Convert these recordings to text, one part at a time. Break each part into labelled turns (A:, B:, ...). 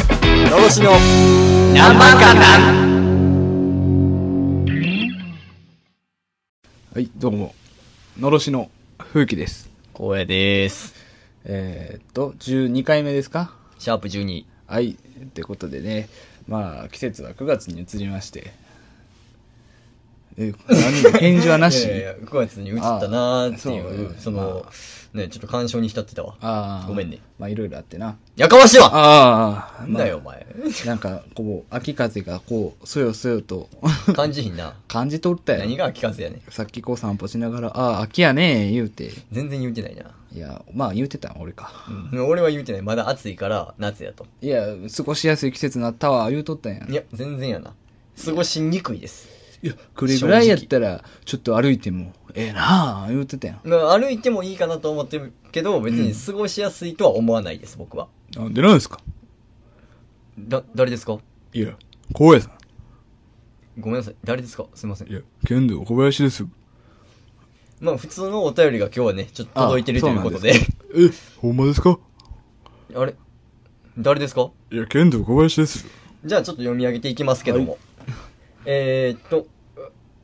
A: 越しの何万かなん
B: はい、どうも。のろしの風紀です。
A: 光栄です。
B: えー、っと、12回目ですか
A: シャープ12。
B: はい。ってことでね、まあ、季節は9月に移りまして。え、何も返事はなし
A: いやいや9月に移ったなーってい
B: あ
A: う、
B: そう
A: その、ね、ちょっと干渉に浸ってたわ。
B: ああ。
A: ごめんね。
B: まあ、いろいろあってな。
A: やかましいわ
B: ああ。
A: なんだよ、お前。
B: なんか、こう、秋風がこう、そよそよと
A: 感じひんな。
B: 感じ取ったよ。
A: 何が聞かずやねん。
B: さっきこう散歩しながら、ああ、秋やね言うて。
A: 全然言うてないな。
B: いや、まあ言うてたん俺か。
A: うん俺は言うてない。まだ暑いから夏やと。
B: いや、過ごしやすい季節になったわ、言うとったんや。
A: いや、全然やな。過ごしにくいです。
B: いや、これぐらいやったら、ちょっと歩いても、ええなあ言うてたやん。
A: まあ歩いてもいいかなと思ってるけど、別に過ごしやすいとは思わないです、僕は。
B: なんでなんですか
A: だ、誰ですか
B: いや、小林さ
A: ごめんなさい。誰ですかすいません。
B: や、剣道小林です。
A: まあ、普通のお便りが今日はね、ちょっと届いてる
B: あ
A: ということで。
B: え、ほんまですか
A: あれ誰ですか
B: いや、剣道小林です。
A: じゃあちょっと読み上げていきますけども。えーっと、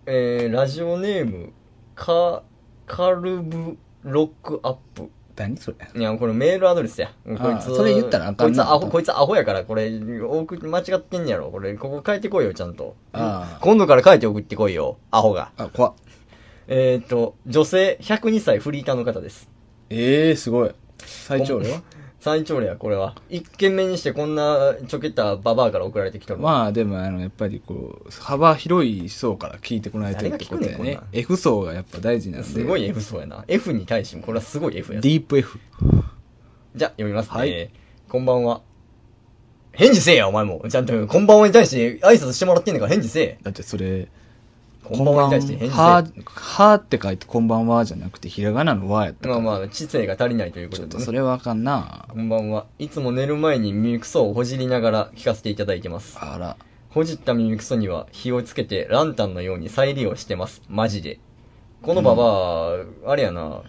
A: えー、ラジオネーム、か、カルブロックアップ。
B: 何それ
A: いや、これメールアドレスや。こい
B: あーそれ言ったらあかん
A: こいつ
B: な
A: アホ、こいつアホやから、これ、送り間違ってんやろ。これ、ここ変えてこいよ、ちゃんと。
B: あー
A: 今度から変えて送ってこいよ、アホが。
B: あ、怖っ
A: えーっと、女性、102歳フリーターの方です。
B: ええすごい。最長量
A: 最長例や、これは。一件目にしてこんなちょけたババアから送られてきとるわ。
B: まあでも、あの、やっぱりこう、幅広い層から聞いてこないと
A: 誰
B: っ
A: が
B: て
A: 聞
B: こ
A: く
B: と
A: ねん
B: だよね
A: こんなん。
B: F 層がやっぱ大事なんで。
A: すごい F そうやな。F に対してもこれはすごい F やな
B: ディープ F。
A: じゃあ読みますね。
B: はい
A: こんばんは。返事せえや、お前も。ちゃんと、こんばんはに対して挨拶してもらってんねんから返事せえ。
B: だってそれ、
A: こんばんはに対して返事
B: は
A: せ、
B: はって書いてこんばんはじゃなくて、ひらがなのわやった
A: え。
B: か
A: ま
B: ら
A: あまあ、知性が足りないというこ
B: ちょ
A: と
B: っ
A: で
B: と
A: ね、
B: それはあかんな
A: こんばんは。いつも寝る前に耳くそをほじりながら聞かせていただいてます。
B: あら。
A: ほじった耳くそには火をつけてランタンのように再利用してます。マジで。このババア、あれやな、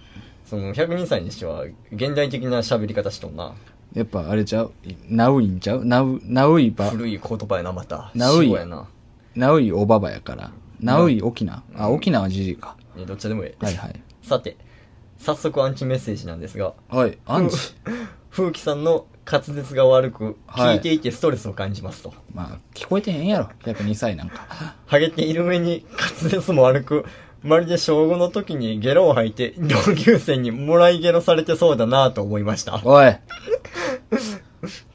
A: その102歳にしては現代的な喋り方しとんな。
B: やっぱあれちゃうナウインちゃうナウ、ナウイば、
A: 古い言葉やな、また。
B: なうい
A: 死語やな。
B: ナウイおばばやから。ナウイ沖縄。あ、沖縄はじじいか。
A: いやどっちでもええ。
B: はいはい。
A: さて、早速アンチメッセージなんですが、
B: はい、ア ンチ。
A: 風紀さんの滑舌が悪く、
B: は
A: 聞
B: い
A: いていてストレスを感じますと。
B: まあ、聞こえてへんやろ。102歳なんか。
A: ハゲている上に滑舌も悪く、まるで小5の時にゲロを吐いて、同級生にもらいゲロされてそうだなぁと思いました。
B: おい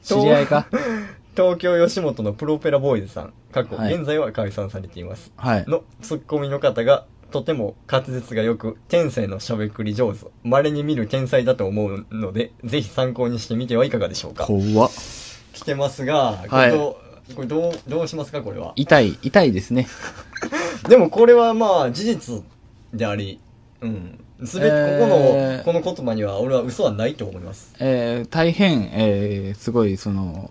B: 知り合いか
A: 東京吉本のプロペラボーイズさん、過去、
B: はい
A: 現在は解散されています。
B: はい。
A: のツッコミの方が、とても滑舌が良く、天性のしゃべくり上手、稀に見る天才だと思うので、ぜひ参考にしてみてはいかがでしょうか。
B: 怖っ。
A: 来てますが、
B: はい
A: これどうこれどう、どうしますか、これは。
B: 痛い、痛いですね。
A: でもこれはまあ、事実であり、うん。すべて、ここの、
B: えー
A: この言葉には、俺は嘘はないと思います。
B: えー、大変、えー、すごい、その、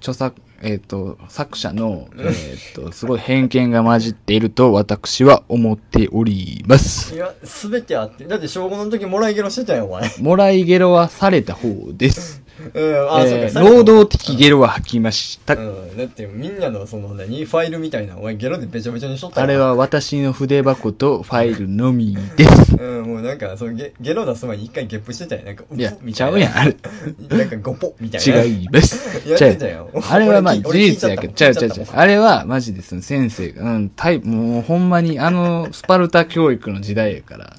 B: 著作、えっ、と、作者の、えっ、と、すごい偏見が混じっていると私は思っております
A: い。や、すべてあって、だって小5の時もらいゲロしてたよ、お前。
B: もらいゲロはされた方です。
A: うん、あ、
B: えー
A: そうか。
B: 労働的ゲロは吐きました。
A: うん、だってみんなのその何ファイルみたいなお前ゲロでべちゃべちゃにしとった
B: あ
A: よ
B: れは私の筆箱とファイルのみです。
A: うんもうなんかそのゲゲロ出す前に一回ゲップしてたよなんかう
B: いや
A: ぽ、み
B: ち
A: た
B: ゃ
A: いうな
B: やん、あれ。
A: なんかゴポみたいな
B: 違います。
A: やってたよ
B: ちゃうあれはまあ
A: 俺聞
B: 事
A: 俺聞いちゃ
B: 実
A: った
B: やけ
A: も
B: ど、
A: ん
B: ちゃうちゃうち
A: 聞いうち
B: ゃ
A: ゃっ。た
B: あれはマジでその先生が、うん、タイプ、もうほんまにあのスパルタ教育の時代やから、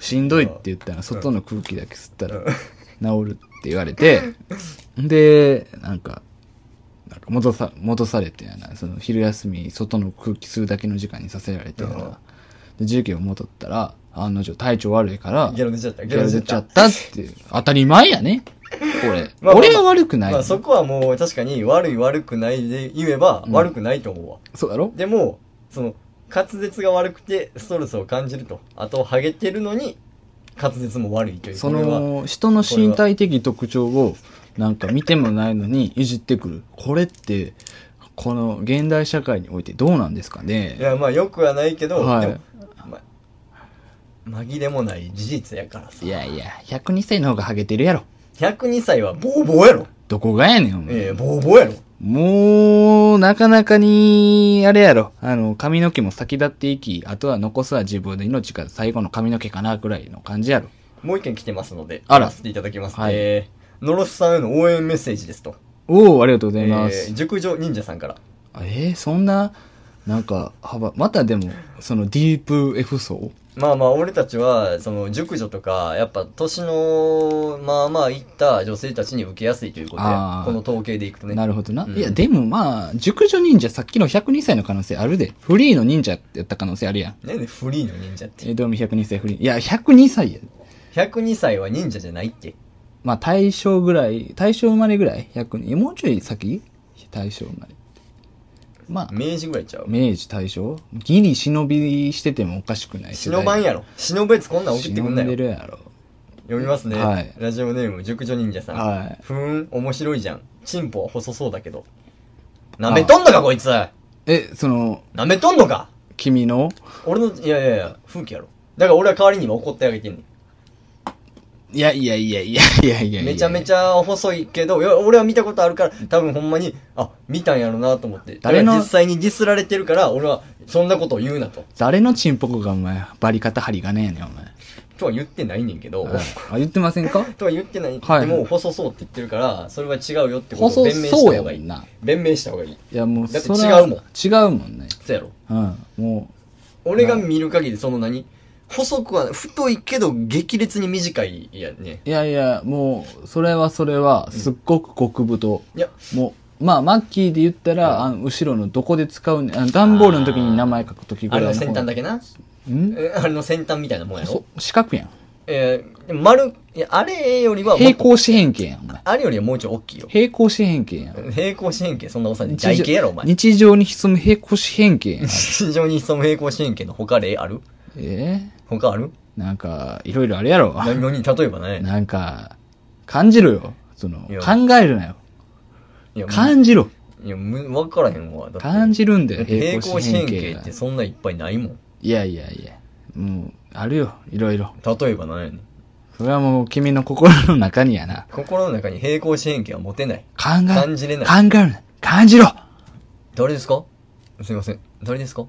B: しんどいって言ったら外の空気だけ吸ったら治るって言われて、で、なんか、なんか戻さ、戻されてやな、その昼休み外の空気吸うだけの時間にさせられてや
A: うん
B: な、で、授業戻ったら、案の定体調悪いから、
A: ゲロ出ちゃった
B: ギャル出ちゃったっていう、当たり前やね。これ。
A: まあまあ
B: 俺は悪くない。
A: まあそこはもう確かに悪い悪くないで言えば悪くないと思うわ、
B: そうだろ
A: でもその滑舌が悪くてストレスを感じるとあとハゲてるのに滑舌も悪いという
B: そ
A: これは
B: の、人の身体的特徴を、なんか見てもないのにいじってくる。これって、この現代社会においてどうなんですか
A: い
B: ね
A: やまあよくはないけど、
B: はい
A: でも、ま紛れもない事実やからさ
B: いやいや、102歳の方がハゲてるやろ。
A: 102歳はボーボーやろ
B: どこがやねん、お前。
A: ええボーボーやろ
B: もう、なかなかに、あれやろ、あの、髪の毛も先立っていき、あとは残すは自分で命から最後の髪の毛かな、ぐらいの感じやろ。
A: もう一件来てますので、
B: あ
A: 読ま
B: ら
A: せていただきますね。
B: はい
A: えー、のろしさんへの応援メッセージですと。
B: おおありがとうござい
A: え
B: ま
A: ー、
B: す。
A: 熟女忍者さんから。
B: えーそんな、なんか、幅、またでも、そのディープ F 層
A: まあまあ、俺たちは、その、熟女とか、やっぱ、年の、まあまあ、いった女性たちに受けやすいということで、
B: あー
A: この統計でいくとね。
B: なるほどな。
A: うん
B: いや、でもまあ、熟女忍者、さっきの102歳の可能性あるで。フリーの忍者やった可能性あるやん。
A: なんでフリーの忍者って。
B: えー、どうも102歳フリー。いや、102歳や。
A: 102歳は忍者じゃないって。
B: まあ、大正ぐらい、大正生まれぐらい ?102。えもうちょい先大正生まれ。まあ、
A: 明治ぐらいちゃう。
B: 明治大正ギリ忍びしててもおかしくない世代
A: 忍ばんやろ。忍ぶやつこんなん送ってくんな
B: 忍んで
A: よ。
B: るやろ。
A: 読みますね。
B: はい
A: ラジオネーム、熟女忍者さん。
B: はい。
A: ふーん、面白いじゃん。チンポは細そうだけど。舐めとんのか、こいつ舐
B: え、その、
A: めとんのか
B: 君の
A: 俺の、いやいやいや、風紀やろ。だから俺は代わりに今怒ってあげてんねん。
B: いやいやいやいやいやいやいや
A: めちゃめちゃ細いけど、いや俺は見たことあるから、多分ほんまに、あ、見たんやろなと思って。
B: 誰の
A: だから実際にディスられてるから、俺はそんなことを言うなと。
B: 誰のチンポコがお前、バリ方針がねえねん、お前。
A: とは言ってないねんけど、
B: あ、言ってませんか
A: とは言ってない。
B: はい
A: でも、細そうって言ってるから、それは違うよってことを
B: 細
A: 弁明した方
B: そうやも
A: がい
B: ん
A: い。
B: な。
A: 弁明した方がいい。
B: いや、もう、
A: だって
B: それは
A: 違うもん
B: 違うもんね。
A: そうやろ。
B: うん。も
A: 俺が見る限り、その何細くは、太いけど激烈に短いやね。
B: う、いやいや、もう、それはそれは、すっごく極太。
A: いや、
B: もう、まあ、マッキーで言ったら、あの、後ろのどこで使うねあの、段ボールの時に名前書く時ぐ
A: あ
B: らい
A: れの
B: の。
A: 先端だけな。
B: け。ん
A: えあれの先端みたいなもんやろ
B: そ。四角やん。
A: えー、でも丸、いや、あれよりはもっと、
B: 平行四辺形やん、お前。
A: あれよりはもうちょい大きいよ。
B: 平行四辺形やん。
A: 平行四辺形、そんなおさに。台形やろ、お前。
B: 日常に潜む平行四辺形やん。
A: 地上にその平行四辺形の他例ある
B: え
A: 他ある
B: ー、なんか、いろいろあれやろ。
A: 何に例えばね。
B: なんか、感じろよ。その、
A: いや
B: 考えるなよ。
A: いや、む
B: 感じろ。
A: いや、む、わからへんわ。だって
B: 感じるんだよ、
A: 平
B: 平
A: 行四
B: 行四
A: 辺
B: 辺
A: 形
B: 形
A: っ
B: が
A: て。そんないっぱいないもん。
B: いやいやいや。もう、あるよ。いろいろ。
A: 例えば何やねん。
B: それはもう君の心の中にやな。
A: 心の中に平行四辺形は持てない。
B: 考え、
A: 感じれない
B: 考えるな。感じろ
A: 誰ですかすいません。誰ですか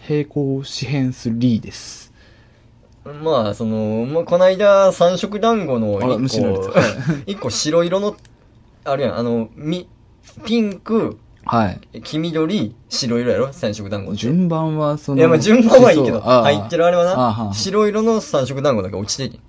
B: 平行四辺すリーです。
A: まあ、その、まあ、こないだ三色団子の
B: あら
A: 一
B: 虫のやつ
A: 個
B: はい、
A: 一個白色の、あるやん、あの、み、ピンク、
B: はい。
A: 黄緑、白色やろ三色団子って。
B: 順番はそ
A: い
B: の、
A: や、まあ、順番はいいけど、
B: そうああ
A: 入ってるあれ
B: ああ
A: は
B: あ
A: な、
B: あ
A: 白色の三色団子だけ落ちてき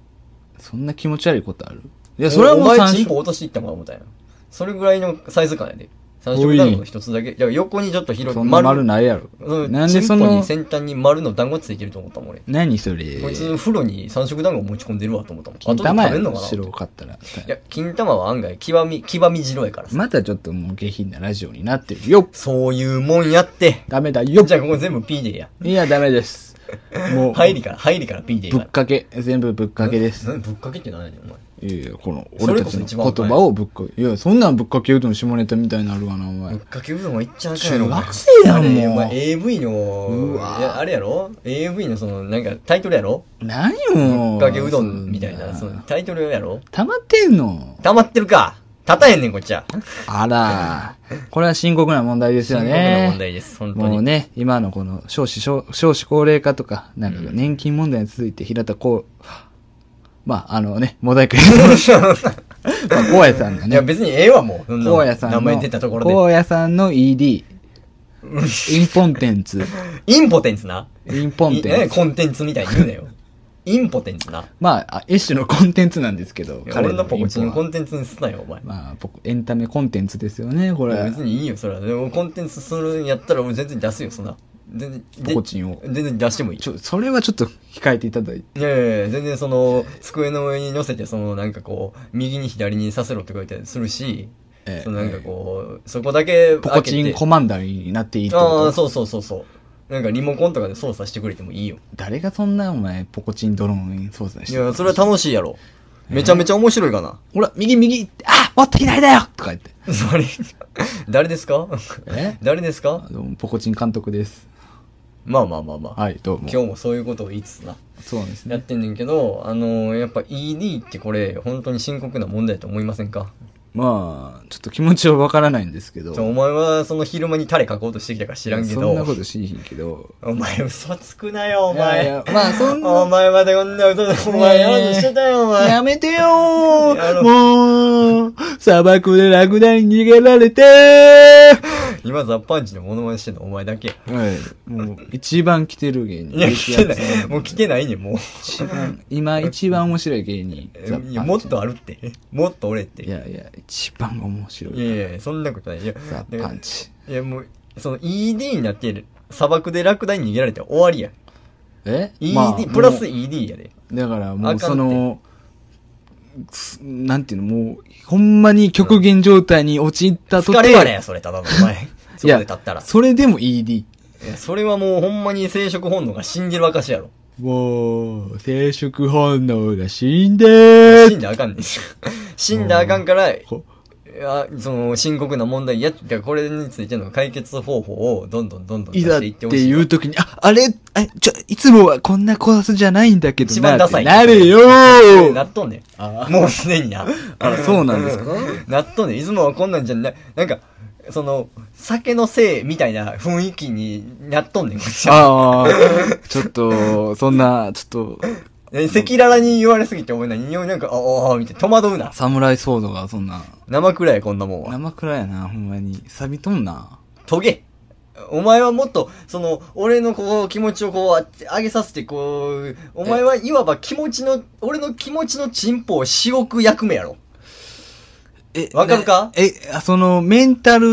B: そんな気持ち悪いことあるい
A: い
B: や、それはもう
A: お前
B: 三
A: チンポ
B: 色。
A: 落としていったもん思ったんやそれぐらいのサイズ感やで。三色団子の一つだけ。いや、横にちょっと広
B: そ
A: く、
B: んな丸ないや
A: う
B: ろ。
A: ん
B: なんで
A: チ
B: そ
A: ンポに
B: の、
A: 先端に丸の団子ついてると思ったもん、俺。
B: 何それ。
A: こいつ風呂に三色団子持ち込んでるわと思ったもん。
B: 金
A: 後で
B: 玉
A: 食
B: や
A: べんの
B: ろ、
A: かな
B: 白かったら。
A: いや、金玉は案外、極み、極み白いからさ。
B: またちょっともう下品なラジオになってるよ
A: そういうもんやって。
B: ダメだよ
A: じゃあここ全部 P でや。
B: いや、ダメです。もう、
A: 入りから、入りから P でや
B: ぶっかけ、全部ぶっかけです。
A: な。なぶっかけって何やねん、お前。
B: いやいや、この、
A: それ
B: 俺
A: こ
B: た
A: そ
B: ち
A: 一
B: の
A: 番
B: 言葉をぶっかけ、いや、そんなんぶっかけ言うとも下ネタみたいになるわな、お前
A: ぶっ。かけうどんは行っちゃうから
B: 中学生やんもう
A: お前 AV の、
B: うわ
A: いや、あれやろ ?AV のその、なんかタイトルやろ
B: 何
A: ぶ
B: よ
A: っかけうどんみたいな、そ
B: そん
A: のタイトルやろ
B: 溜まってんの
A: 溜まってるか立たへんねん、こっちは。
B: あら、これは深刻な問題です
A: 深
B: よ
A: 刻
B: ね。
A: な問題です、本当
B: もう
A: に。
B: ね、今のこの少子少、少子高齢化とか、なんか年金問題に続いて平田こう、まあ、あのね、モザイ ク、まあ荒野さんの
A: い
B: ね
A: や、、別にええわ、もう。そんな
B: 荒野さんの、
A: 名前出たところで。
B: 荒野さんの ED、インポンテ ンツ、
A: インポテンツな。
B: インポン
A: い
B: テ
A: え
B: ンツ。
A: コンテンツみたいに言うな よ。インポテンツな。
B: まああ、一種のコンテンツなんですけど、
A: 俺のポコチン
B: ン
A: コ
B: は
A: ンテンツにすなよ、お前。
B: まあ、ポコエンタメコンテンツですよね、これ
A: 別。にいいよ、それは。でもコンテンツするんやったら俺全然出すよ、そんな。全然。
B: ポコチンを
A: で全然出してもいい。
B: ちょ、それはちょっと控えていただいて。
A: いやいやいや、全然その、机の上に乗せて、そのなんかこう、右に左にさせろって書いてするし、
B: ええ
A: そのなんかこう、そこだけ開けて、
B: ポコチンコマンダーになっていいってこと
A: ああ、そうそうそうそう。なんかリモコンとかで操作してくれてもいいよ。
B: 誰がそんなお前ポコチンドローン操作し
A: い
B: てる
A: や、それは楽しいやろ。めちゃめちゃ面白いかな。
B: ほら右右あもっと左だよとか言って
A: それ、誰ですか
B: え
A: 誰ですか
B: あどうもポコチン監督です
A: まあまあまあまあ。
B: はいどうも
A: 今日もそういうことを言いつつな。
B: そうなんです
A: やっ
B: ね
A: てんねんけど、あのーやっぱ ED ってこれ、本当に深刻な問題だと思いませんか
B: まあ、ちょっと気持ちはわからないんですけど。
A: じゃあお前はその昼間にタレ書こうとしてきたか知らんけど。
B: そんなことしいひんけど。
A: お前嘘つくなよ、お
B: お
A: 前。
B: まあ、そん
A: お
B: な。
A: 前までこんな嘘お前やろうとしてたよ、お前。
B: やめてよ
A: や
B: ー
A: ろ
B: もう、砂漠でラクダに逃げられて
A: 今ザ・パンチのモノマネしてんのお前だけや。
B: ーはい。もう、一番来てる芸人。
A: いや、来てない。もう来てないねん、もう。
B: 一番、今一番面白い芸人。ザ
A: いやもっとあるって。もっと俺って。
B: いやいや、一番面白
A: いや
B: い。
A: いやいや、そんなことない。いや、
B: ザ・パンチ。
A: いやもう、その ED になってる。砂漠でラクダに逃げられて終わりや。
B: え
A: ED、
B: まあ
A: プラス
B: も
A: ED やで。
B: うだからも
A: あかん
B: う
A: て
B: その、すなんていうの、もう、ほんまに極限状態に陥ったと
A: 疲れやねそれ、ただのお前。そ
B: い
A: こで
B: や
A: 立ったら。
B: それでも ED。
A: いやそれはもうほんまに生殖本能が死んでる証やろ。
B: もう、生殖本能が死んで
A: 死ん
B: ー
A: だらあかんねん。 死んだらあかんから、い
B: ほ
A: やその深刻な問題や、だからこれについての解決方法をどんどんどんどん出
B: い
A: し
B: ざって
A: いって
B: て
A: ほしい。
B: いう時に、あ、あれ、あちょ、いつもはこんなコースじゃないんだけどな。
A: 一番ダサい。
B: って なるよ
A: な
B: ー
A: っとんねん。
B: あ
A: もうすでにな。
B: あ、そうなんですか
A: なっとんねん。いつもはこんなんじゃない。なんか、その、酒のせいみたいな雰囲気になっとんねん。こっちは
B: ああ、ちょっと、そんな、ちょっと、
A: え赤裸々に言われすぎて、お前何をなんか、あああ、みたいな、戸惑うな。
B: 侍ソードがそんな、
A: 生くらいこんなもんは。
B: 生くらやな、ほんまに。錆びとんな。
A: トゲお前はもっと、その、俺のこう、気持ちをこう、上げさせて、こう、お前はいわば気持ちの、俺の気持ちのチンポをしおく役目やろ。
B: え
A: わかるか
B: え、あその、メンタル、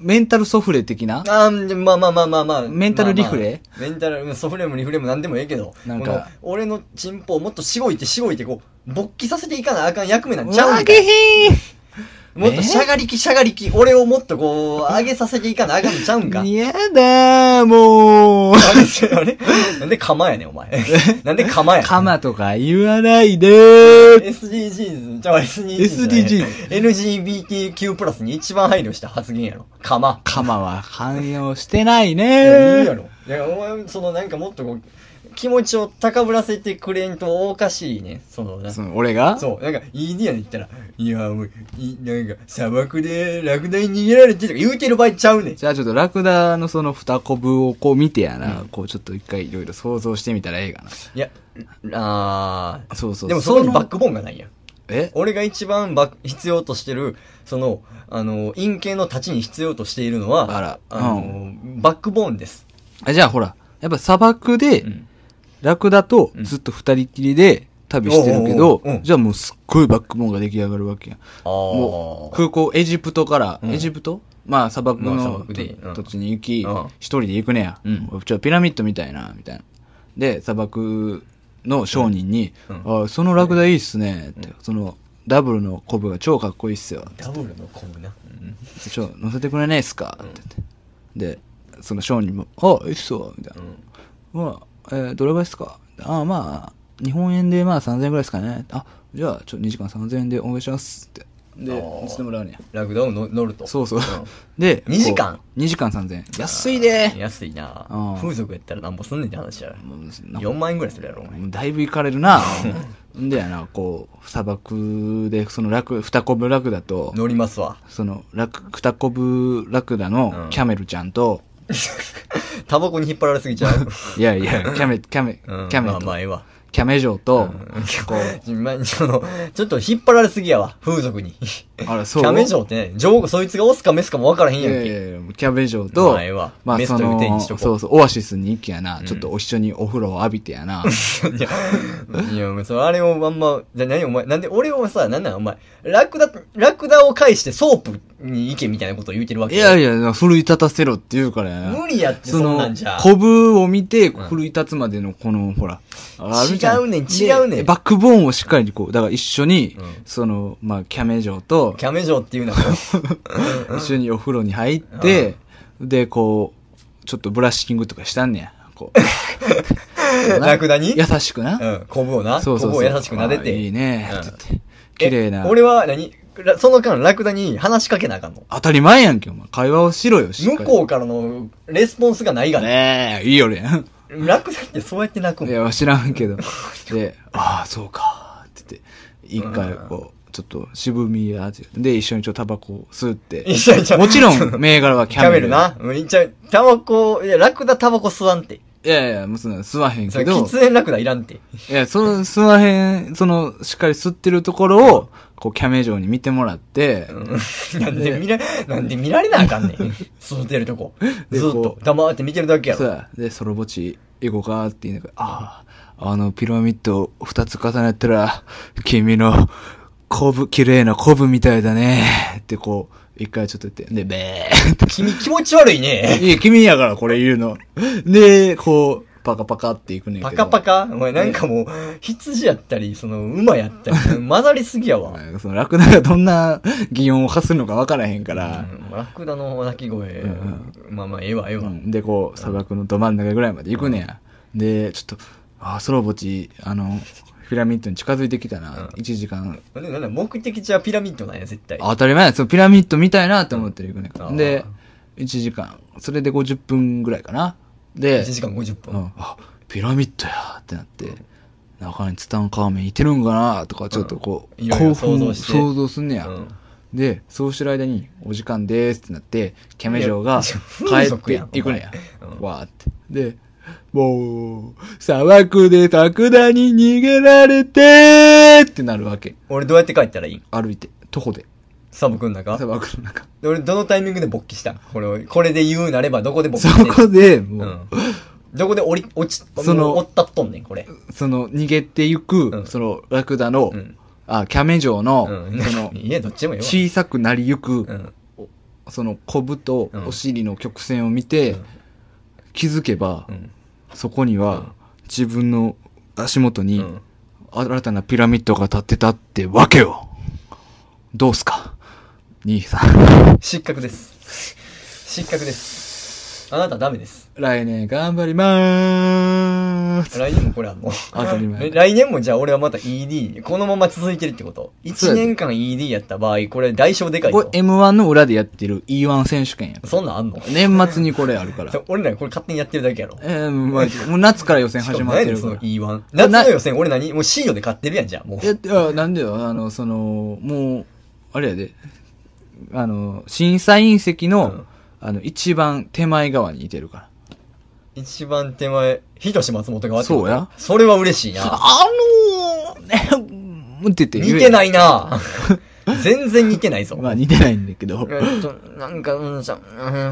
B: メンタルソフレ的な
A: あーまあまあまあまあまあ。
B: メンタルリフレ
A: まあまあメンタル、うんソフレもリフレも何でもええけど、
B: なんか
A: この俺のチンポをもっとしごいてしごいて、こう、勃起させていかなあかん役目なんちゃうん
B: わ
A: かい
B: けひん
A: もっとしゃがりきしゃがりき、俺をもっとこう、上げさせていかなあかんちゃうんか。
B: やだー、もう。
A: あれあれなんで釜やねん、お 前。なんで釜やねん
B: カマとか言わないでー。
A: SDGs、じゃあ SDGs じゃない。LGBTQ プラスに一番配慮した発言やろ。かま。
B: カマは汎用してない
A: いやいい
B: ね
A: や
B: ー。
A: ろ。いや、お前、そのなんかもっとこう、気持ちを高ぶらせてくれんとおかしいね。そのな。
B: その俺が
A: そう、なんか、ED やねん言ったら、いや、もう、い、なんか、砂漠で、ラクダに逃げられてとか言うてる場合ちゃうねん。
B: じゃあちょっとラクダのその二コブをこう見てやな、こうちょっと一回いろいろ想像してみたらええがな。
A: いや、あー。
B: そうそう。
A: でもそこに
B: の
A: バックボーンがないやん。
B: え
A: 俺が一番ば必要としてる、その、あの、陰茎の立ちに必要としているのは、
B: あらうん
A: の、バックボーンです。
B: あじゃあほら、やっぱ砂漠で、ラクダとずっと二人きりで旅してる
A: うん
B: けど、
A: おうおうおううん
B: じゃあもうすっごいバックボーンが出来上がるわけやん。
A: あ
B: もう
A: あ。
B: 空港、エジプトから、
A: うん
B: エジプトまあ砂漠
A: まあ砂
B: の
A: 漠でうん
B: 土地に行き、
A: うん
B: 一人で行くねや。
A: うん
B: ちょ、ピラミッドみたいな、みたいな。で、砂漠の商人に、
A: うん
B: あそのラクダいいっすね、って、その、ダブルのコブが超かっこいいっすよ。
A: ダブルのコブな。
B: ちょ、乗せてくれないっすかって言って。で、その商人も、あ、いいっすわ、みたいな。まあ、えーどれぐらいですかああ、まあ、日本円でまあ3000円ぐらいですかね。あ、じゃあ、ちょ、2時間3000円でお願いしますって。で、
A: あー
B: 乗せてもらうねや。
A: ラグダをの乗ると。
B: そうそう。
A: ん
B: で、
A: 2時間
B: ?2 時間3000円。安いでー
A: 安いな
B: うん
A: 風俗やったらなんぼすんねんって話やろ。
B: もうな
A: 4万円ぐらいするやろ、お前。
B: もうだいぶ行かれるな。んでやな、こう、砂漠で、そのラク、二コブラクダと、
A: 乗りますわ。
B: その、ラク、二コブラクダ
A: うん
B: のキャメルちゃんと、
A: タバコに引っ張られすぎちゃ う。
B: いやいや、キャメ、キャメ、キ
A: うん
B: ャメ
A: まあま
B: と、
A: あええわ。
B: キャメ嬢と、 こ
A: まあそのちょっと引っ張られすぎやわ、風俗に。
B: う、あら、
A: キ
B: そう。
A: ャメ嬢ってね、女王そいつがオスかメスかもわからへん
B: い
A: や
B: や
A: ん
B: い
A: け。
B: やいやキャベ嬢と
A: まあええわ、
B: まあ
A: メスと
B: そ
A: いう
B: の
A: 手にしとこう
B: そうそう、オアシスに行きやな、ちょっとお一緒にお風呂を浴びてやな。
A: いや、いや、もうそれあれをあんま、じゃ、何お前、なんで、俺をさ、なんなんお前、ラクダ、ラクダを介してソープに行けみたいなことを言うてるわけ
B: いやいや、奮い立たせろって言うからやな
A: 無。理やって、そんなんじゃ。
B: コブを見て、奮い立つまでのこの、ほら、あるじゃ
A: 違うねん違うねん
B: でバックボーンをしっかりこう、だから一緒に
A: うん、
B: その、まあ、キャメ嬢と、
A: キャメ嬢っていうのは、
B: 一緒にお風呂に入って、で、こう、ちょっとブラッシングとかしたんねや。こ う
A: ラクダに
B: 優しくな。
A: うん、コブをな、
B: そうそうそう。
A: コブを優しく撫でて。
B: あいいね。
A: うん
B: って言って綺麗
A: え。
B: な
A: 俺は何、ラその間、ラクダに話しかけなあかんの。
B: 当たり前やんけ、お前。会話をしろよ、し
A: 向こうからのレスポンスがないが
B: う
A: ね。
B: ねえ、いいよ、俺。い
A: ラクダってそうやって 泣くもん。
B: や、知らんけど。で、ああ、そうか。って言って、一回、こう、ちょっと渋みや味がで、一緒にちょっとタバコを吸って。
A: 一緒にちょ
B: もちろん、銘柄はキ
A: キャ
B: ャ
A: メ
B: メル。
A: ルな。うん、いっちゃう。タバコ、いや、ラクダタバコ吸わんて。
B: いやいや、もうそんな吸わへん
A: それ
B: け
A: 喫
B: ど、
A: 煙ラクダいらんて。
B: いや、その、吸わへん、その、しっかり吸ってるところを、こう、キャメ嬢に見てもらって、
A: う んなんで見ら、なんで見られなあかんねん。吸ってるとこ。
B: で
A: ずっと
B: こ。
A: 黙って見てるだけや
B: そう
A: ろ。
B: や。で、ソロぼち行こうかって言いながら、ああ、あのピラミッド二つ重ねたら、君の、コブ、綺麗なコブみたいだね。ってこう、一回ちょっと言って、で、べーって。
A: 君気持ち悪いね。
B: いや、君やからこれ言うの。で、こう、パカパカっていくねんけ
A: パ
B: ど。
A: カパカお前なんかもう、羊やったり、その、馬やったり、混ざりすぎやわ。
B: まあそのラクダがどんな擬音を発するのか分からへんから、
A: うんラクダの鳴き声、
B: うん
A: まあまあ、ええわ、ええわ。
B: うんでこう砂漠のど真ん中ぐらいまで行くねや、でちょっとああソロボチあのピラミッドに近づいてきたな、
A: うん
B: 一1時間
A: ほんでなんだ目的地はピラミッドなんや、絶対。
B: あ当たり前やそのピラミッド見たいなって思ってる行くね
A: うんあー
B: で1時間それで50分ぐらいかなで
A: 1時間50
B: う
A: 分。
B: ん、あピラミッドやってなって、中にツタンカーメンいてるんかなとかちょっとこう、
A: うんいろいろ想像して
B: 想像すんねや、
A: うん
B: でそうしてる間に「お時間です」ってなってキャメ嬢
A: い
B: が
A: や風
B: 帰っ
A: 俗やん
B: ていくのや
A: お前うん
B: わーってでもう砂漠で桜に逃げられてってなるわけ
A: 俺どうやって帰ったらいいん
B: 歩いて徒歩で
A: 砂漠の中
B: 砂漠の中
A: で俺どのタイミングで勃起したんこれを、これで言うなればどこで勃起
B: そ
A: してん
B: こでも
A: う
B: う、
A: ん。どこで降り、落ち、
B: そ
A: そ
B: の
A: の、折ったっとんねん、これ。
B: その逃げていく、
A: うん
B: そのラクダの、
A: うん。
B: あキャメ嬢の、
A: うん。
B: そ の
A: いや、どっちでもよ。
B: 小さくなりゆく、
A: うん。
B: そのコブと
A: うん
B: お尻の曲線を見て、
A: うん
B: 気づけば、
A: うん。
B: そこには自分の足元
A: う
B: に
A: ん。
B: 新たなピラミッドが建ってたってわけよどうすか兄さん
A: 失格です。失格です。あなたダメです。
B: 来年頑張りまー す
A: 来年もこれはもう。
B: 当たり前
A: え来年もじゃあ俺はまた ED、このまま続いてるってこと
B: そ
A: ?1
B: うやで
A: 年間 ED やった場合、これ代償でかい
B: こ
A: よ。
B: れ M1 の裏でやってる E1 選手権や
A: そんなんあんの
B: 年末にこれある から
A: そ俺らこれ勝手にやってるだけやろ。
B: えー、まあもう夏から予選始まってる
A: しか
B: か
A: も
B: ら
A: 何やねんその E1。夏の予選俺何もうシードで勝ってるやんじゃん、もう。
B: いやいや、なんでよ、あの、その、もう、あれやで、あの、審査員席の、
A: うん
B: あの、一番手前側にいてるから。
A: 一番手前、ひとし松本が
B: そうや
A: それは嬉しいな。
B: あのー、ね、うんって言って。
A: 似てないい な全然似てないぞ。
B: まあ似てないんだけど。
A: えっと、なんか、うん、じゃ、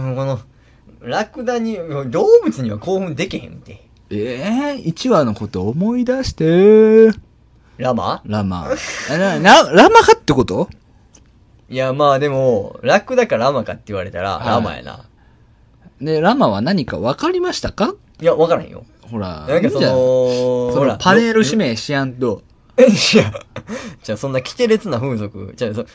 A: うん、この、ラクダに、動物には興奮できへんって。
B: ええー、1話のこと思い出して、
A: ラマ
B: ラマ。あな、な、ラマ派ってこと
A: いや、まあでも、ラクダかラマかって言われたら、
B: はい
A: ラマやな。
B: ね、ラマは何か分かりましたか
A: いや、わからんよ。
B: ほら。
A: なんかそ
B: いいじゃ
A: の、
B: んそ
A: ほ
B: の
A: ら。
B: パネル指名しやんと。
A: えいや、じゃあそんな規定列な風俗。じゃあそ、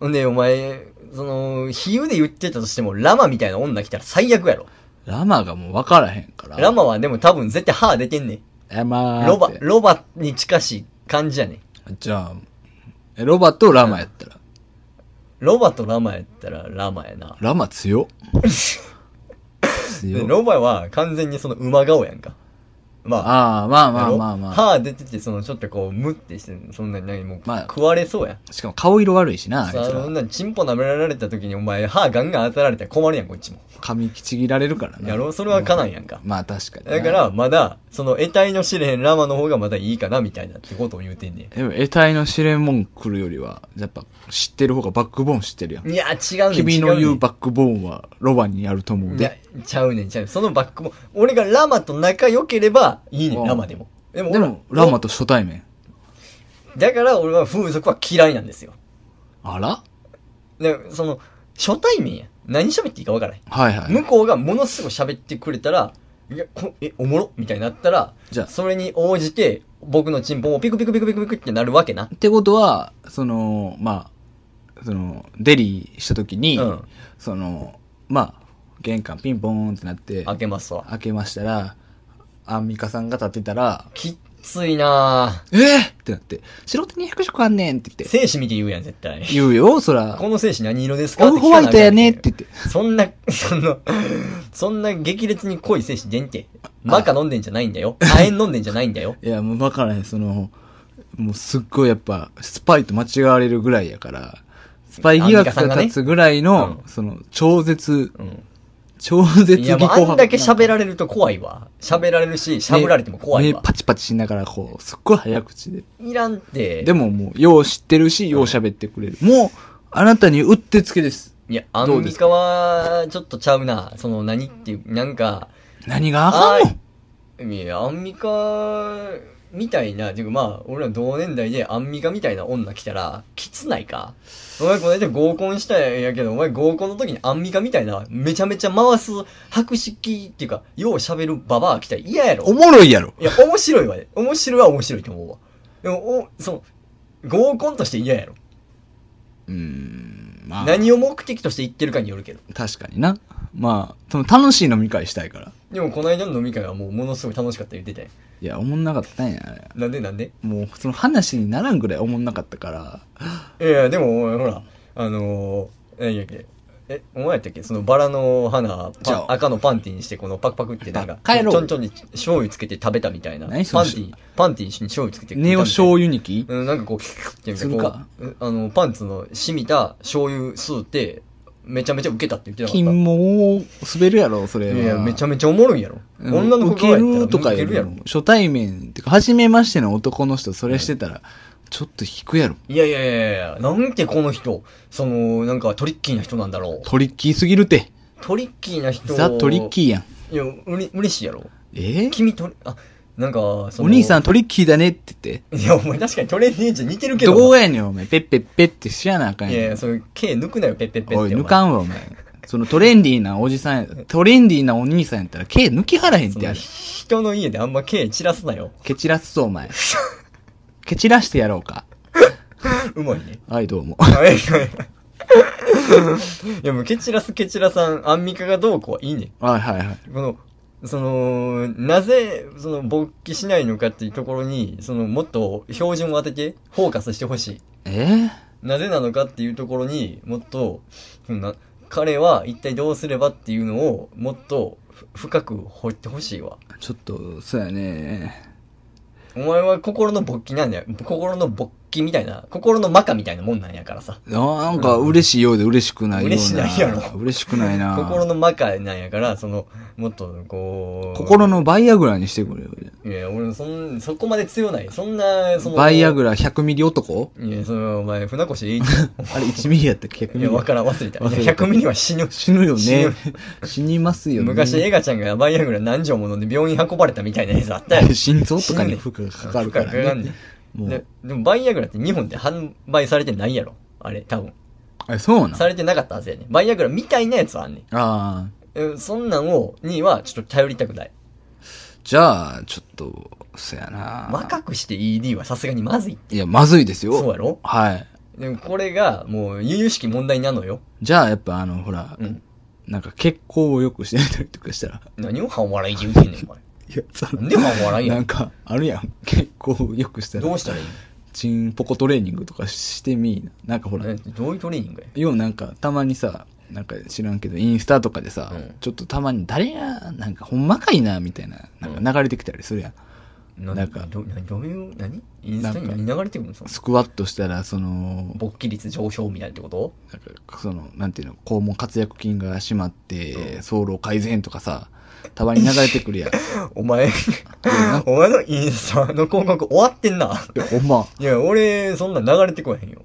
A: ほんで、お前、その、比喩で言ってたとしても、ラマみたいな女来たら最悪やろ。
B: ラマがもう分からへんから。
A: ラマはでも多分絶対歯出てんねん。
B: ラマーって。
A: ロバ、ロバに近しい感じやねん。
B: じゃあ、えロバとラマやったら。
A: ロバとラマやったらラマやな。
B: ラマ強っ
A: で
B: 強っ
A: ロバは完全にその馬顔やんか。まあ、
B: ああ、まあま
A: や
B: あ
A: ろ
B: まあまあ。
A: 歯出てて、そのちょっとこう、ムってして、そんなに何もう、
B: まあ
A: 食われそうやん。
B: しかも顔色悪いしな、あい
A: さあ、
B: つ
A: そんな
B: ら。
A: にチンポ舐められた時にお前歯ガンガン当たられたら困るやん、こっちも。
B: 髪きちぎられるからな。
A: やろそれはかなんやんか。
B: まあ確かにな。
A: だから、まだ、その得体の知れへんラマの方がまだいいかな、みたいなってことを言うてんね
B: でも、得体の知れんもん来るよりは、やっぱ知ってる方がバックボーン知ってるやん
A: ん。。いや、違うねん。
B: 君の言う
A: バ
B: バックボーンはロバにあると思う
A: いや
B: で。、
A: ちゃうねん、ちゃうねん。そのバックも、俺がラマと仲良ければいいね
B: うん
A: ん、ラマでも。でも
B: でも、ラマと初対面。
A: だから俺は風俗は嫌いなんですよ。
B: あら
A: で、その、初対面や。何喋っていいか分からない。
B: はいはい。
A: 向こうがものすごい喋ってくれたら、いや、こえ、おもろみたいになったら、
B: じゃあ
A: それに応じて、僕のチンポもピクピクピクピクピクってなるわけな。
B: ってことは、その、まあ、その、デリーした時に、
A: うん
B: その、まあ、玄関ピンポーンってなって、
A: 開けますわ。
B: 開けましたら、アンミカさんが立ってたら、
A: きっついな
B: えぇ、ってなって、白手200色あんねんって
A: ぁ。
B: 言って、
A: 精子見て言うやん、絶対。
B: 言うよ、そら
A: こ。の精子何色ですか
B: オフホワイトやねっ
A: って
B: て
A: 聞
B: 言って。
A: かなあかんやんけ。そんな、そんな、そんな激烈に濃い精子 出んて。マカ飲んでんじゃないんだよ。亜鉛飲んでんじゃないんだよ。
B: いや、もう分からへん、その、もうすっごいやっぱ、スパイと間違われるぐらいやから、スパイ疑惑が立つぐらい
A: アンミカさん
B: の
A: が、ね
B: その、超絶、
A: うん。
B: 超絶
A: い
B: 技
A: や、もう
B: 巧
A: あんだけ喋られると怖いわ。喋られるし、しゃぶられても怖い
B: 目
A: わ。
B: パチパチしながら、こう、すっごい早口で。
A: いらんって。
B: でももう、よう知ってるし、よう喋ってくれる。もう、あなたにうってつけです。
A: いや、ア
B: どう
A: ン
B: で
A: ミ
B: す
A: カは、ちょっとちゃうな。その、何っていう、なんか、
B: 何があかんの
A: いや、アンミカ、みたいな、ていうかまあ、俺ら同年代でアンミカみたいな女来たら、きつないか。お前この間合コンしたんやけど、お前合コンの時にアンミカみたいな、めちゃめちゃ回す、白色っていうか、よう喋るババア来たら嫌やろ。
B: おもろいやろ。
A: いや、面白いわね。面白いは面白いと思うわ。でも、お、その、合コンとして嫌やろ。
B: うーん、まあ。
A: 何を目的として言ってるかによるけど。
B: 確かにな。まあ、その楽しい飲み会したいから。
A: でも、この間の飲み会はもうものすごい楽しかった言ってたやん。
B: いや、おもんなかったんや、あれ。
A: なんでなんで
B: もう、その話にならんぐらいおもんなかったから。
A: いやいや、でも、お前ほら、あのー、何やっけ。え、お前やったっけそのバラの花、
B: じゃ
A: パ
B: あ
A: 赤のパンティにして、このパクパクってなんか、
B: バカ野郎
A: ちょんちょんに醤油つけて食べたみたいな。パン
B: 何
A: テ
B: その
A: ィ、パンティに醤油つけて食べたみたい
B: ネ
A: な
B: オ醤油にき
A: うん、なんかこう、キュッキュッって
B: するか
A: こう、あの、パンツの染みた醤油吸って、めちゃめちゃウケたって言ってなかった。
B: 金も滑るやろ、それは。
A: いやいや、めちゃ
B: め
A: めちゃおもろいやろ。女の子
B: 受け
A: がやったら
B: るとか
A: ウケ
B: よ
A: る
B: り
A: やろ
B: も。、初対面、ってか、初めましての男の人、それしてたら、ちょっと引くやろ。
A: いやいやいやいや、なんてこの人、その、なんかトリッキーな人なんだろう。
B: トリッキーすぎるて。
A: トリッキーな人。
B: ザ・トリッキーやん。
A: ー。いや、うれ、嬉しいやろ。
B: え
A: 君と、あ、なんか、そ
B: お
A: の。
B: 兄さんトリッキーだねって言っ
A: いや、お前確かにトレンディーじゃ似てる
B: て。
A: けど。
B: どこがやねん、お前。ペッペッペッってしやなあかん
A: いやい
B: やん
A: や、。それ、毛抜くなよ、ペッペッペッって。
B: おい、
A: お前
B: 抜かんわ、お前。そのトレンディーなおじさんや、 トレンディーなお兄さんやったら、毛抜きはらへんっ
A: そ
B: て
A: の
B: やる。
A: 人の家であんま毛散らすなよ。
B: 蹴散らすぞ、お前。 蹴散らしてやろうか。
A: うまいね。
B: はい、どうも。
A: あいやいやいやいや、もう、ケチラスケチラさん、アンミカがどうこうはいいね。
B: はい、はい、はい。
A: この、その、なぜ、その、勃起しないのかっていうところに、その、もっと標準を当てて、フォーカスしてほしい。
B: えー、
A: なぜなのかっていうところにもっと、そんな、彼は一体どうすればっていうのを、もっとふ深く掘ってほしいわ。
B: ちょっと、そうやね。
A: お前は心の勃起なんだよ。心の勃起みたいな、心のマカみたいなもんなんやからさ。
B: あなんか、嬉しいようで嬉しくないような。
A: 嬉しないやろ
B: 嬉しくないな。
A: 心のマカなんやから、その、もっと、こう。
B: 心のバイアグラにしてくれよ。
A: いや、俺、そん、そこまで強ない。そんな、その。
B: バイアグラ100ミリ男
A: いや、その、お前、船越英一。
B: あれ、1ミリやったっけ ?100
A: い
B: ミ
A: や、
B: リ
A: わ。からん、忘れた。
B: 忘れ
A: い
B: た
A: や100ミリは死ぬ。
B: 死ぬよ
A: 死
B: ね
A: ぬ。
B: 死にますよね。
A: 昔、エガちゃんがバイアグラ何錠も飲んで病院運ばれたみたいなやつあったやん
B: 心臓とかに負荷がかかるか
A: 負荷が
B: ら
A: かかんね
B: ね。も
A: で
B: う、
A: でもバイアグラって日本で販売されてないやろ。あれ、多分。
B: あ、そうなん
A: されてなかったはずやね。バイアグラみたいなやつはあんねん
B: ああ。
A: え。そんなんを、にはちょっと頼りたくない。
B: じゃあ、ちょっと、そやな。
A: 若くして ED はさすがにまずい。
B: いや、まずいですよ。
A: そうやろ
B: はい。
A: でもこれが、もう、由々しき問題なのよ。
B: じゃあ、やっぱあの、ほら、
A: うん。
B: なんか血行を良くしてみたりとかしたら、
A: 何を半笑いで言うてんねん、お前。
B: いや、そ
A: なんで半笑いや
B: なんん。か、あるやん。血行を良くした
A: ど
B: ら
A: う、したらいい
B: チンポコトレーニングとかしてみいな。なんかほら、
A: えどういうトレーニングや
B: ようなんか、たまにさ、なんか知らんけど、インスタとかでさ、
A: うん
B: ちょっとたまに誰が、なんかほんまかいな、みたいな、なんか流れてきたりするやん。なんか
A: どなどういう、何インスタに
B: なん
A: 何流れてくるのその
B: スクワットしたら、その、
A: 勃起率上昇みたいなってこと
B: なんかそのなんていうの肛門括約筋が締まって
A: うん
B: 早漏改善とかさたまに流れてくるやんい
A: お前、お前のインスタの広告終わってんな。
B: やほんま
A: いや、俺、そんなん流れてこへんよ。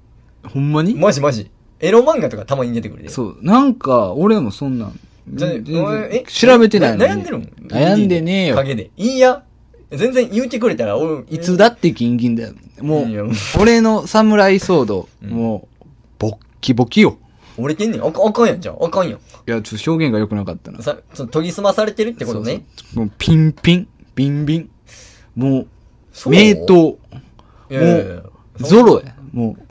B: ほんまに
A: マジマジ。エロ漫画とかたまに出てくるで。
B: そうなんか俺もそんなん
A: じゃあ
B: 全
A: お前え
B: 然調べてないのに
A: 悩んでるもん。
B: 悩んでねえよ
A: 陰で。いいや。全然言ってくれたら、俺、
B: いつだってギンギンだよも
A: いや
B: う俺の侍騒動、
A: うん
B: もうボッキボキよ
A: 折れてんねん。あかあかんやん、じゃあ。あかんやん。
B: いやちょっと表現が良くなかったな
A: さ、その研ぎ澄まされてるってことね。
B: そうそうもうピンピンビンビンも
A: そうう
B: 名刀
A: いやいやいや
B: ゾロやもう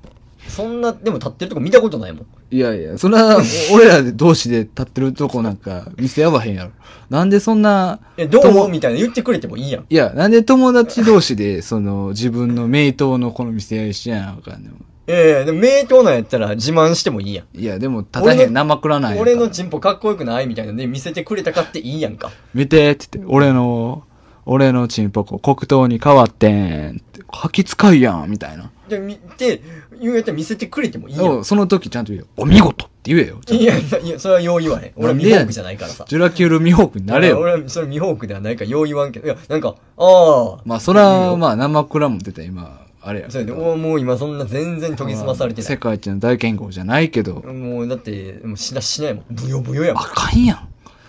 A: そんな、でも立ってるとこ見たことないもん。
B: いやいや、そんな、お俺らで同士で立ってるとこなんか見せ合わへんやろ。なんでそんな、
A: え、どうも
B: 友
A: みたいな言ってくれてもいいやん。
B: いや、なんで友達同士で、その、自分の名刀のこの見せ合いしやなあかんねん。
A: ええでも名刀なんやったら自慢してもいいやん。
B: いや、でも、ただへ
A: 俺の
B: ん、生くらない。
A: 俺のチンポかっこよくないみたいなんで見せてくれたかっていいやんか。
B: 見て、って言って、俺の、俺のチンポコ、黒糖に変わってんって。吐き使いやん、みたいな。
A: で、見て、言うやったら見せてくれてもいいやん。
B: その時ちゃんと言うよ。お見事って言えよ。
A: いや、いや、それはよう言わへん。俺はミホークじゃないからさ。
B: ジュラキュールミホークになれよ。
A: 俺は、それミホークではないからよう言わんけど。いや、なんか、ああ。
B: まあ、そら、まあ、生クラも出た今、あれや
A: そう
B: け
A: やね。
B: ど。
A: もうもう今そんな全然研ぎ澄まされてな
B: 世界一の大剣豪じゃないけど、
A: い。もうだって、もうしな、しないもん。ぶよぶよやも
B: あかんや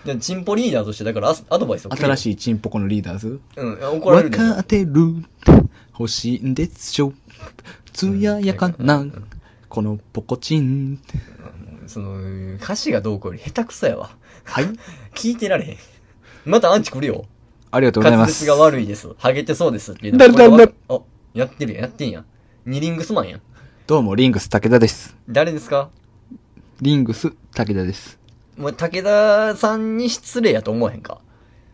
B: ん。
A: ん。で、チンポリーダーとして、だからアスアドバイスをくれ
B: 新しいチンポコのリーダーズ。
A: うん、怒られ
B: わ
A: るで
B: かってる。欲しいんでしょ。艶やかな、このポコチン。
A: その、歌詞がどうこうより下手くそやわ。
B: はい。
A: 聞いてられへん。またアンチ来るよ。
B: ありがとうござい
A: 滑
B: ま
A: 舌
B: す。
A: が悪いです。ハゲてそうですっていうの
B: だるだるだる
A: あ、やってるやん、やってんやん。ニリングスマンやん。
B: どうも、リングス武田です。
A: 誰ですか
B: リングス武田です。
A: もう武田さんに失礼やと思わへんか。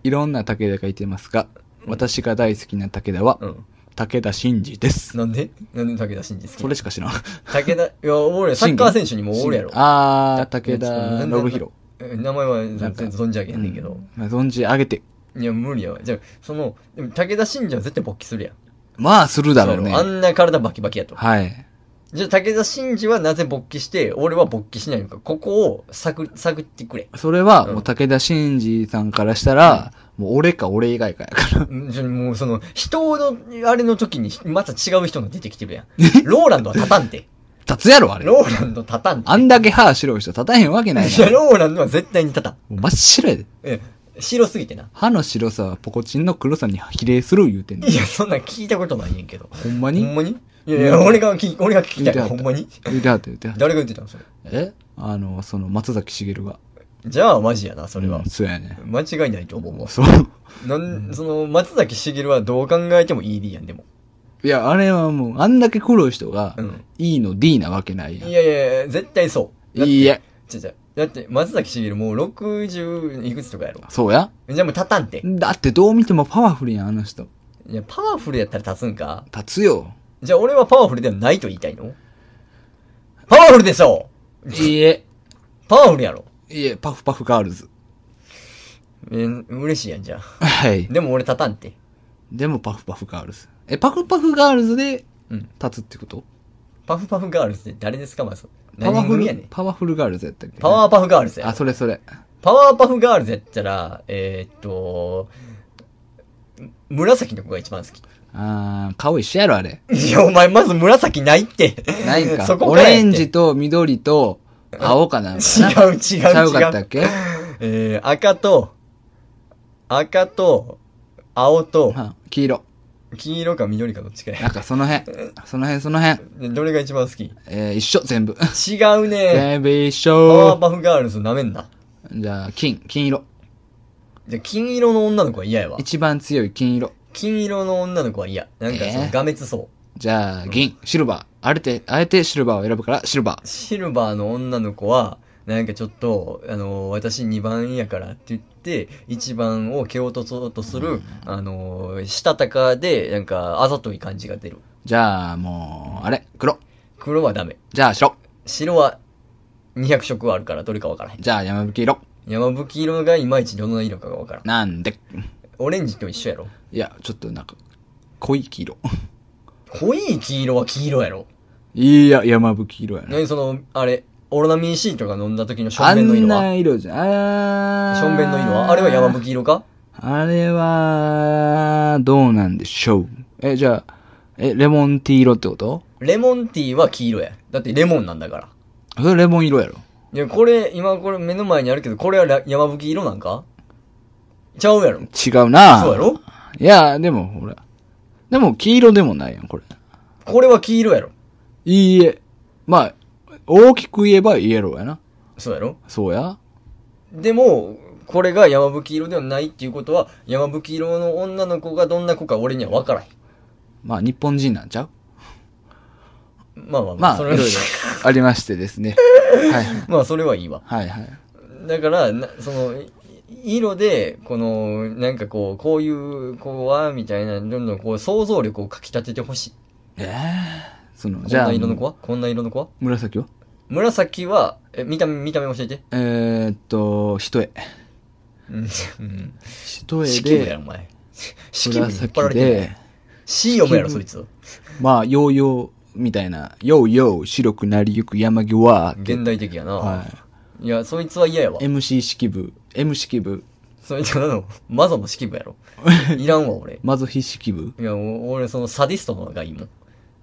B: いろんな武田がいてますが、私が大好きな武田は、
A: うん。
B: 武田真治です。
A: なんでなんで武田真治好き
B: それしか知らん。
A: 武田、いや、俺、サッカー選手にもおるやろ。
B: あー、武田
A: 全然
B: 信弘。
A: え名前は全
B: な
A: 然
B: んか
A: 存じ上げへんねんけど。
B: まあ存じ上げて。
A: いや、無理やわ。じゃあその、でも武田信者は絶対勃起するやん。
B: まあ、するだろう
A: そう
B: ね
A: や。あんな体バキバキやと。
B: はい。
A: じゃあ武田真治はなぜ勃起して、俺は勃起しないのか。ここを探、探ってくれ。
B: それは、
A: うん
B: もう武田真治さんからしたら、もう俺か俺以外かやから。
A: うんじゃあもうその、人の、あれの時に、また違う人が出てきてるや ん。ローランドは立たんて。
B: 立つやろ、あれ。
A: ローランド立たんて。
B: あんだけ歯白い人立たへんわけない
A: いや、
B: やん。も
A: ローランドは絶対に立たん。
B: う真っ白やで。
A: え、白すぎてな。
B: 歯の白さはポコチンの黒さに比例する言うてんねん
A: いや、そんなん聞いたことないねんけど。
B: ほんま
A: ほん
B: に
A: まにいやいや、俺が聞き、俺が聞き
B: 言う
A: た
B: て
A: い。
B: はった
A: ほんまに
B: 言うてはった言うてはった。
A: 誰が言ってたのそれ。
B: えあの、その松崎しげるが。
A: じゃあ、マジやな、それは
B: うん。そうやね。
A: 間違いないと思うわ。
B: そう。
A: なん、その、松崎しげるはどう考えても ED やん、でも。
B: いや、あれはもう、あんだけ黒い人が
A: う、ん。
B: E の D なわけないやん。
A: いやいやいや、絶対そう。だって
B: いいえ。
A: 違う違う。だって、松崎しげるもう60いくつとかやろ。
B: そうや
A: じゃあもう立たんて。
B: だってどう見てもパワフルやん、あの人。
A: いや、パワフルやったら立つんか
B: 立つよ。
A: じゃあ俺はパワフルではないと言いたいのパワフルでしょ
B: いいえ。
A: パワフルやろ。
B: いいえ、パフパフガールズ。
A: えー、嬉しいやん、じゃあ。
B: はい。
A: でも俺立たんて。
B: でもパフパフガールズ。え、パフパフガールズで
A: うん。
B: 立つってこと
A: パフパフガールズって誰ですか、まず。
B: パワ
A: 何
B: フ
A: 組やね
B: ル
A: ん、。
B: パワフルガールズやったっけ
A: パワーパフガールズや
B: あ、
A: ろ。
B: それそれ。
A: パワーパフガールズやったら、えー、っと、紫の子が一番好き。
B: あー、顔一緒やろ、あれ。
A: いや、お前まず紫ないって。
B: ないんか。
A: そこ
B: オ
A: からや
B: レ
A: って
B: ンジと緑と青かなんかな。
A: 違う違う違う。
B: ちゃうかったっけ
A: えー、赤と、赤と、青と、
B: うん黄色。
A: 黄色か緑かどっちか
B: な
A: や。
B: んかその辺。その辺、その
A: で
B: 辺。
A: どれが一番好き
B: えー、一緒、全部。
A: 違うね
B: 全部一
A: パワー
B: 緒。
A: パフガールズ舐めんな。
B: じゃあ、金、金色。
A: じゃ、金色の女の子は嫌やわ。
B: 一番強い金色。
A: 金色の女の子は嫌。なんかそ
B: え
A: の、
B: ー
A: がめつそ
B: じゃあ、銀、シルバー。あえて、あえてシルバーを選ぶから、シルバ
A: う。シルバーの女の子は、なんかちょっと、あの、私2番やからって言って、1番を蹴落とそうとする、あの、したたかで、なんか、あざとい感じが出る。
B: ー。じゃあ、もう、あれ、黒。
A: 黒はダメ。
B: じゃあ、白。
A: 白は200色あるからどれかわからへん。
B: じゃあ、山吹色。
A: 山吹色がいまいちどの色かがわからん。
B: なんで。
A: オレンジと一緒やろ。
B: いや、ちょっとなんか、濃い黄色。
A: 濃い黄色は黄色やろ。
B: いや、山吹色やな。
A: 何その、あれ、オロナミン C とか飲んだ時のしょ
B: あ
A: んべんの色
B: ん
A: は
B: な色じゃ、あー。
A: しょんべんの色はあれは山吹色か
B: あれは、どうなんでしょう。え、じゃあ、え、レモンティー色ってこと
A: レモンティーは黄色や。だってレモンなんだから。
B: それレモン色やろ。
A: いや、これ、今これ目の前にあるけど、これはら山吹色なんかちゃうやろ。
B: 違うな
A: そうやろ
B: いや、でも、ほら。でも、黄色でもないやん、これ。
A: これは黄色やろ。
B: いいえ。まあ、大きく言えばイエローやな。
A: そうやろ
B: そうや
A: でも、これが山吹色ではないっていうことは、山吹色の女の子がどんな子か俺には分からへん。
B: まあ、日本人なんちゃう
A: まあまあまあ、
B: まあ、い
A: そ
B: ろ
A: れ
B: いろ
A: は、
B: ありましてですね。はい。
A: まあそれはいいわ。
B: はいはい。
A: だから、なその、い色で、この、なんかこう、こういう子は、みたいな、どんどんこう、想像力をかき立ててほしい。
B: ええその、
A: こん
B: じゃあ
A: な、色の子はこんな色の子は
B: 紫は
A: 紫は、え、見た目、見た目教えて。
B: えー、っと、一重。
A: うん。
B: 一重
A: 四季部や
B: で
A: ろ、お前。四季部に引っ張られ
B: 紫
A: てる。
B: で、
A: C 読むやろ、そいつ。
B: まあ、ヨーヨーみたいな、ヨーヨー白くなりゆく山際って、
A: 現代的やな。。
B: はい
A: や、そいつは嫌やわ。
B: MC 式部、M 式部、
A: そいつはあの、マゾの式部や ろ。いらんわ、俺。
B: マゾヒ式部。
A: いや、お俺、そのサディストの方がいいもん。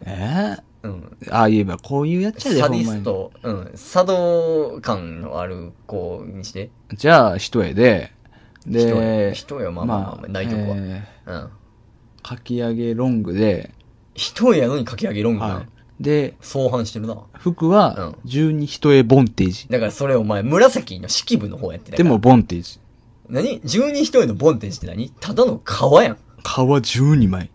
B: えー
A: うん。
B: ああ言えばこういうやっちゃで、
A: サディ
B: ほんま
A: ス
B: に
A: ト、うん。茶道感のある子にして。
B: じゃあ、人絵で、
A: 人や
B: で、
A: 人や、まあまあまあ、ないとこは。
B: え
A: うん。
B: ーかき上げロングで、
A: 人やのにかき上げロングな。
B: はい。で、
A: 相反してるな。
B: 服は、十二人絵ボンテージ。
A: だからそれお前、紫の式部の方やってた
B: で
A: から
B: も、、ボンテージ。
A: 何十二人のボンテージって何ただの革やん。
B: 皮十二枚。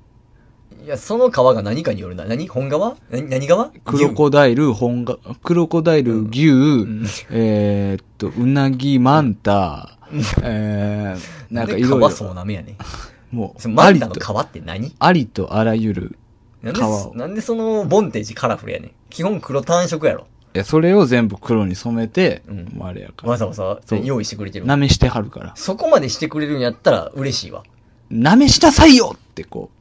A: いや、その革が何かによるな。何本革何何革
B: クロコダイル、本が、クロコダイル、牛、
A: ん
B: えーっと、うなぎ、マンタ、えー、
A: な
B: なんん
A: か
B: かいろい
A: 革そう
B: ろ、
A: なめやね。
B: も、
A: そうの
B: あ
A: マン
B: り
A: タの
B: と、
A: 革って何
B: ありとあらゆる、
A: なんで
B: 革を
A: なんでそのボンテージカラフルやねん。基本黒単色やろ。
B: いやそれを全部黒に染めて、
A: うん
B: もうあれやから
A: わ。ざわざ
B: そう
A: 用意してくれてる。
B: なめしてはるから。
A: そこまでしてくれるんやったら嬉しいわ。
B: なめしたさいよってこ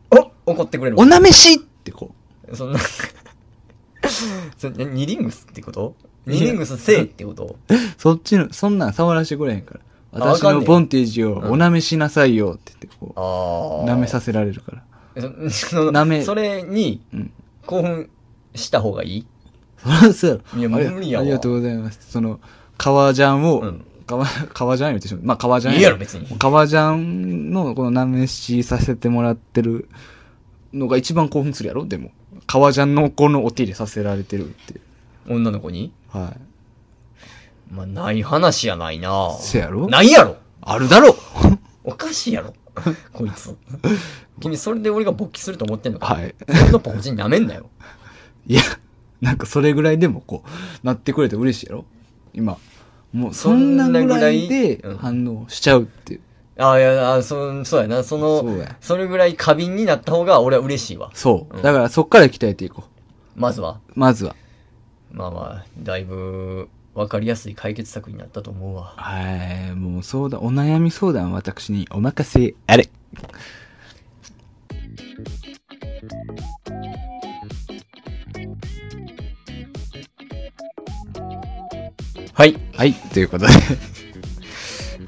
A: お怒ってくれる
B: う、お
A: わ。
B: なめしってこ
A: そんな それ、ニリングスってことニリングスせいってこと
B: う、そっちの、そんなん触らしてくれへんから。
A: あわ
B: 私
A: かんねえ
B: のボンテージを
A: うん
B: おなめしなさいよって言ってこ
A: あ
B: う、
A: あ。
B: なめさせられるから。
A: そ その
B: なめ
A: それに
B: うん、
A: 興奮した方がいい
B: そらそうやろ。
A: いや無理やわ
B: ありありがとうございます。その、革ジャンを、
A: うん
B: 革、革ジャン言ってしまう。まあ、革ジャン
A: いいやろ、別に。
B: 革ジャンの、この、なめしさせてもらってるのが一番興奮するやろでも。革ジャンのこのお手入れさせられてるっていう。
A: 女の子に
B: はい。
A: まあ、ない話やないな
B: せやろ
A: ないやろ
B: あるだろ
A: おかしいやろこい つ。君、それで俺が勃起すると思ってんのか
B: はい。
A: 俺のポコチン舐めんなよ。
B: いや、なんかそれぐらいでもこう、なってくれて嬉しいやろ今。もうそんなぐらいで
A: そんなぐらいうん
B: 反応しちゃうっていう。
A: ああ、いや、あそ、そうやな。その、
B: そう
A: そ
B: や
A: れぐらい過敏になった方が俺は嬉しいわ。
B: そう。
A: うん
B: だからそっから鍛えていこ
A: まずは。
B: う。まずは。
A: まあまあ、だいぶ、わかりやすい解決策になったと思うわ。
B: はい、もう相談、お悩み相談は私にお任せあれ。
A: はい。
B: はい、ということで。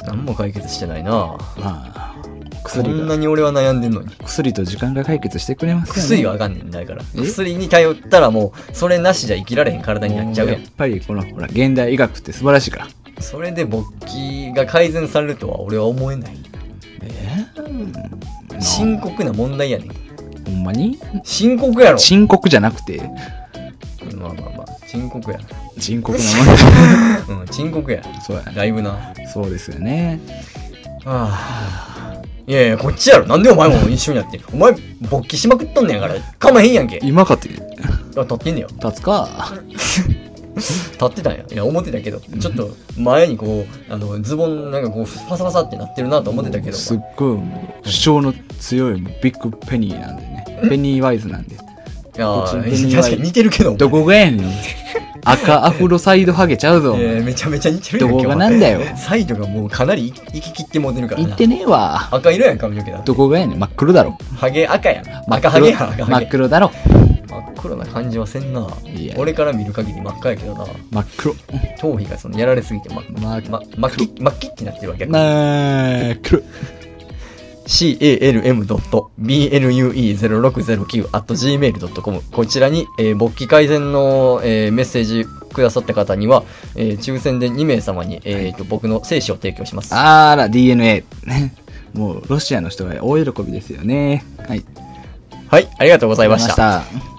A: 何も解決してないな
B: まあ、
A: こ
B: 薬
A: んな
B: が、
A: に俺は悩んでんのに。
B: 薬と時間が解決してくれますよね。
A: 薬があかんねんだから。
B: え
A: 薬に頼ったらもう、それなしじゃ生きられへん体になっちゃうや
B: もやっぱりこの、ほら、現代医学って素晴らしいから。
A: ん。それで勃起が改善されるとは俺は思えない。
B: え
A: 深刻な問題やねん。
B: ほんまに
A: 深刻やろ。
B: 深刻じゃなくて、
A: まあまあまあ、深刻や。
B: 深刻な も
A: うん、深刻や。
B: の。そうやね。
A: だいぶな。は
B: そうですよね。
A: あ。いやいや、こっちやろ。なんでお前も一緒にやってる。お前、勃起しまくっとんねやから。かまへんやんけ。い
B: 今かて、
A: や、立ってんねや。
B: 立つか。
A: 立ってたんや。いや、思ってたけど。ちょっと、前にこう、あの、ズボンなんかこう、パサパサってなってるなと思ってたけど。
B: すっごい、もう主張の強い、ビッグペニーなんでね。ペニーワイズなんで。
A: いや
B: こっちの手
A: ー、
B: に
A: 確かに似てるけど。
B: どこがやねん。赤アフロサイドハゲちゃうぞ。
A: えーめちゃめちゃ似てる
B: ど
A: ん
B: こがなんだよ。
A: サイドがもうかなり行き切ってもうてるから
B: 言
A: な
B: っ。てねえわ。
A: 赤色やん、髪の毛だ。
B: どこがやねん。真っ黒だろ。
A: ハゲ赤やん。
B: 真っ
A: 赤ハ
B: 黒
A: ゲやん、赤
B: 真
A: ハ
B: っ
A: ゲ。
B: 黒だろ。
A: 真っ黒な感じはせんな。
B: いや
A: 俺から見る限り真っ赤やけどな。
B: 真っ黒。
A: 頭皮がそのやられすぎて、ま、
B: 真っ
A: ま、まっき、まっきってなってるわけ。
B: 真っ黒。
A: calm.blue06009.gmail.com こちらに、えー勃起改善の、えーメッセージくださった方には、えー抽選で2名様に、えーと、僕の精子を提供します。
B: あら、DNA。ね もう、ロシアの人が大喜びですよね。はい。
A: はい、ありがとうございました。
B: ありがとうございました。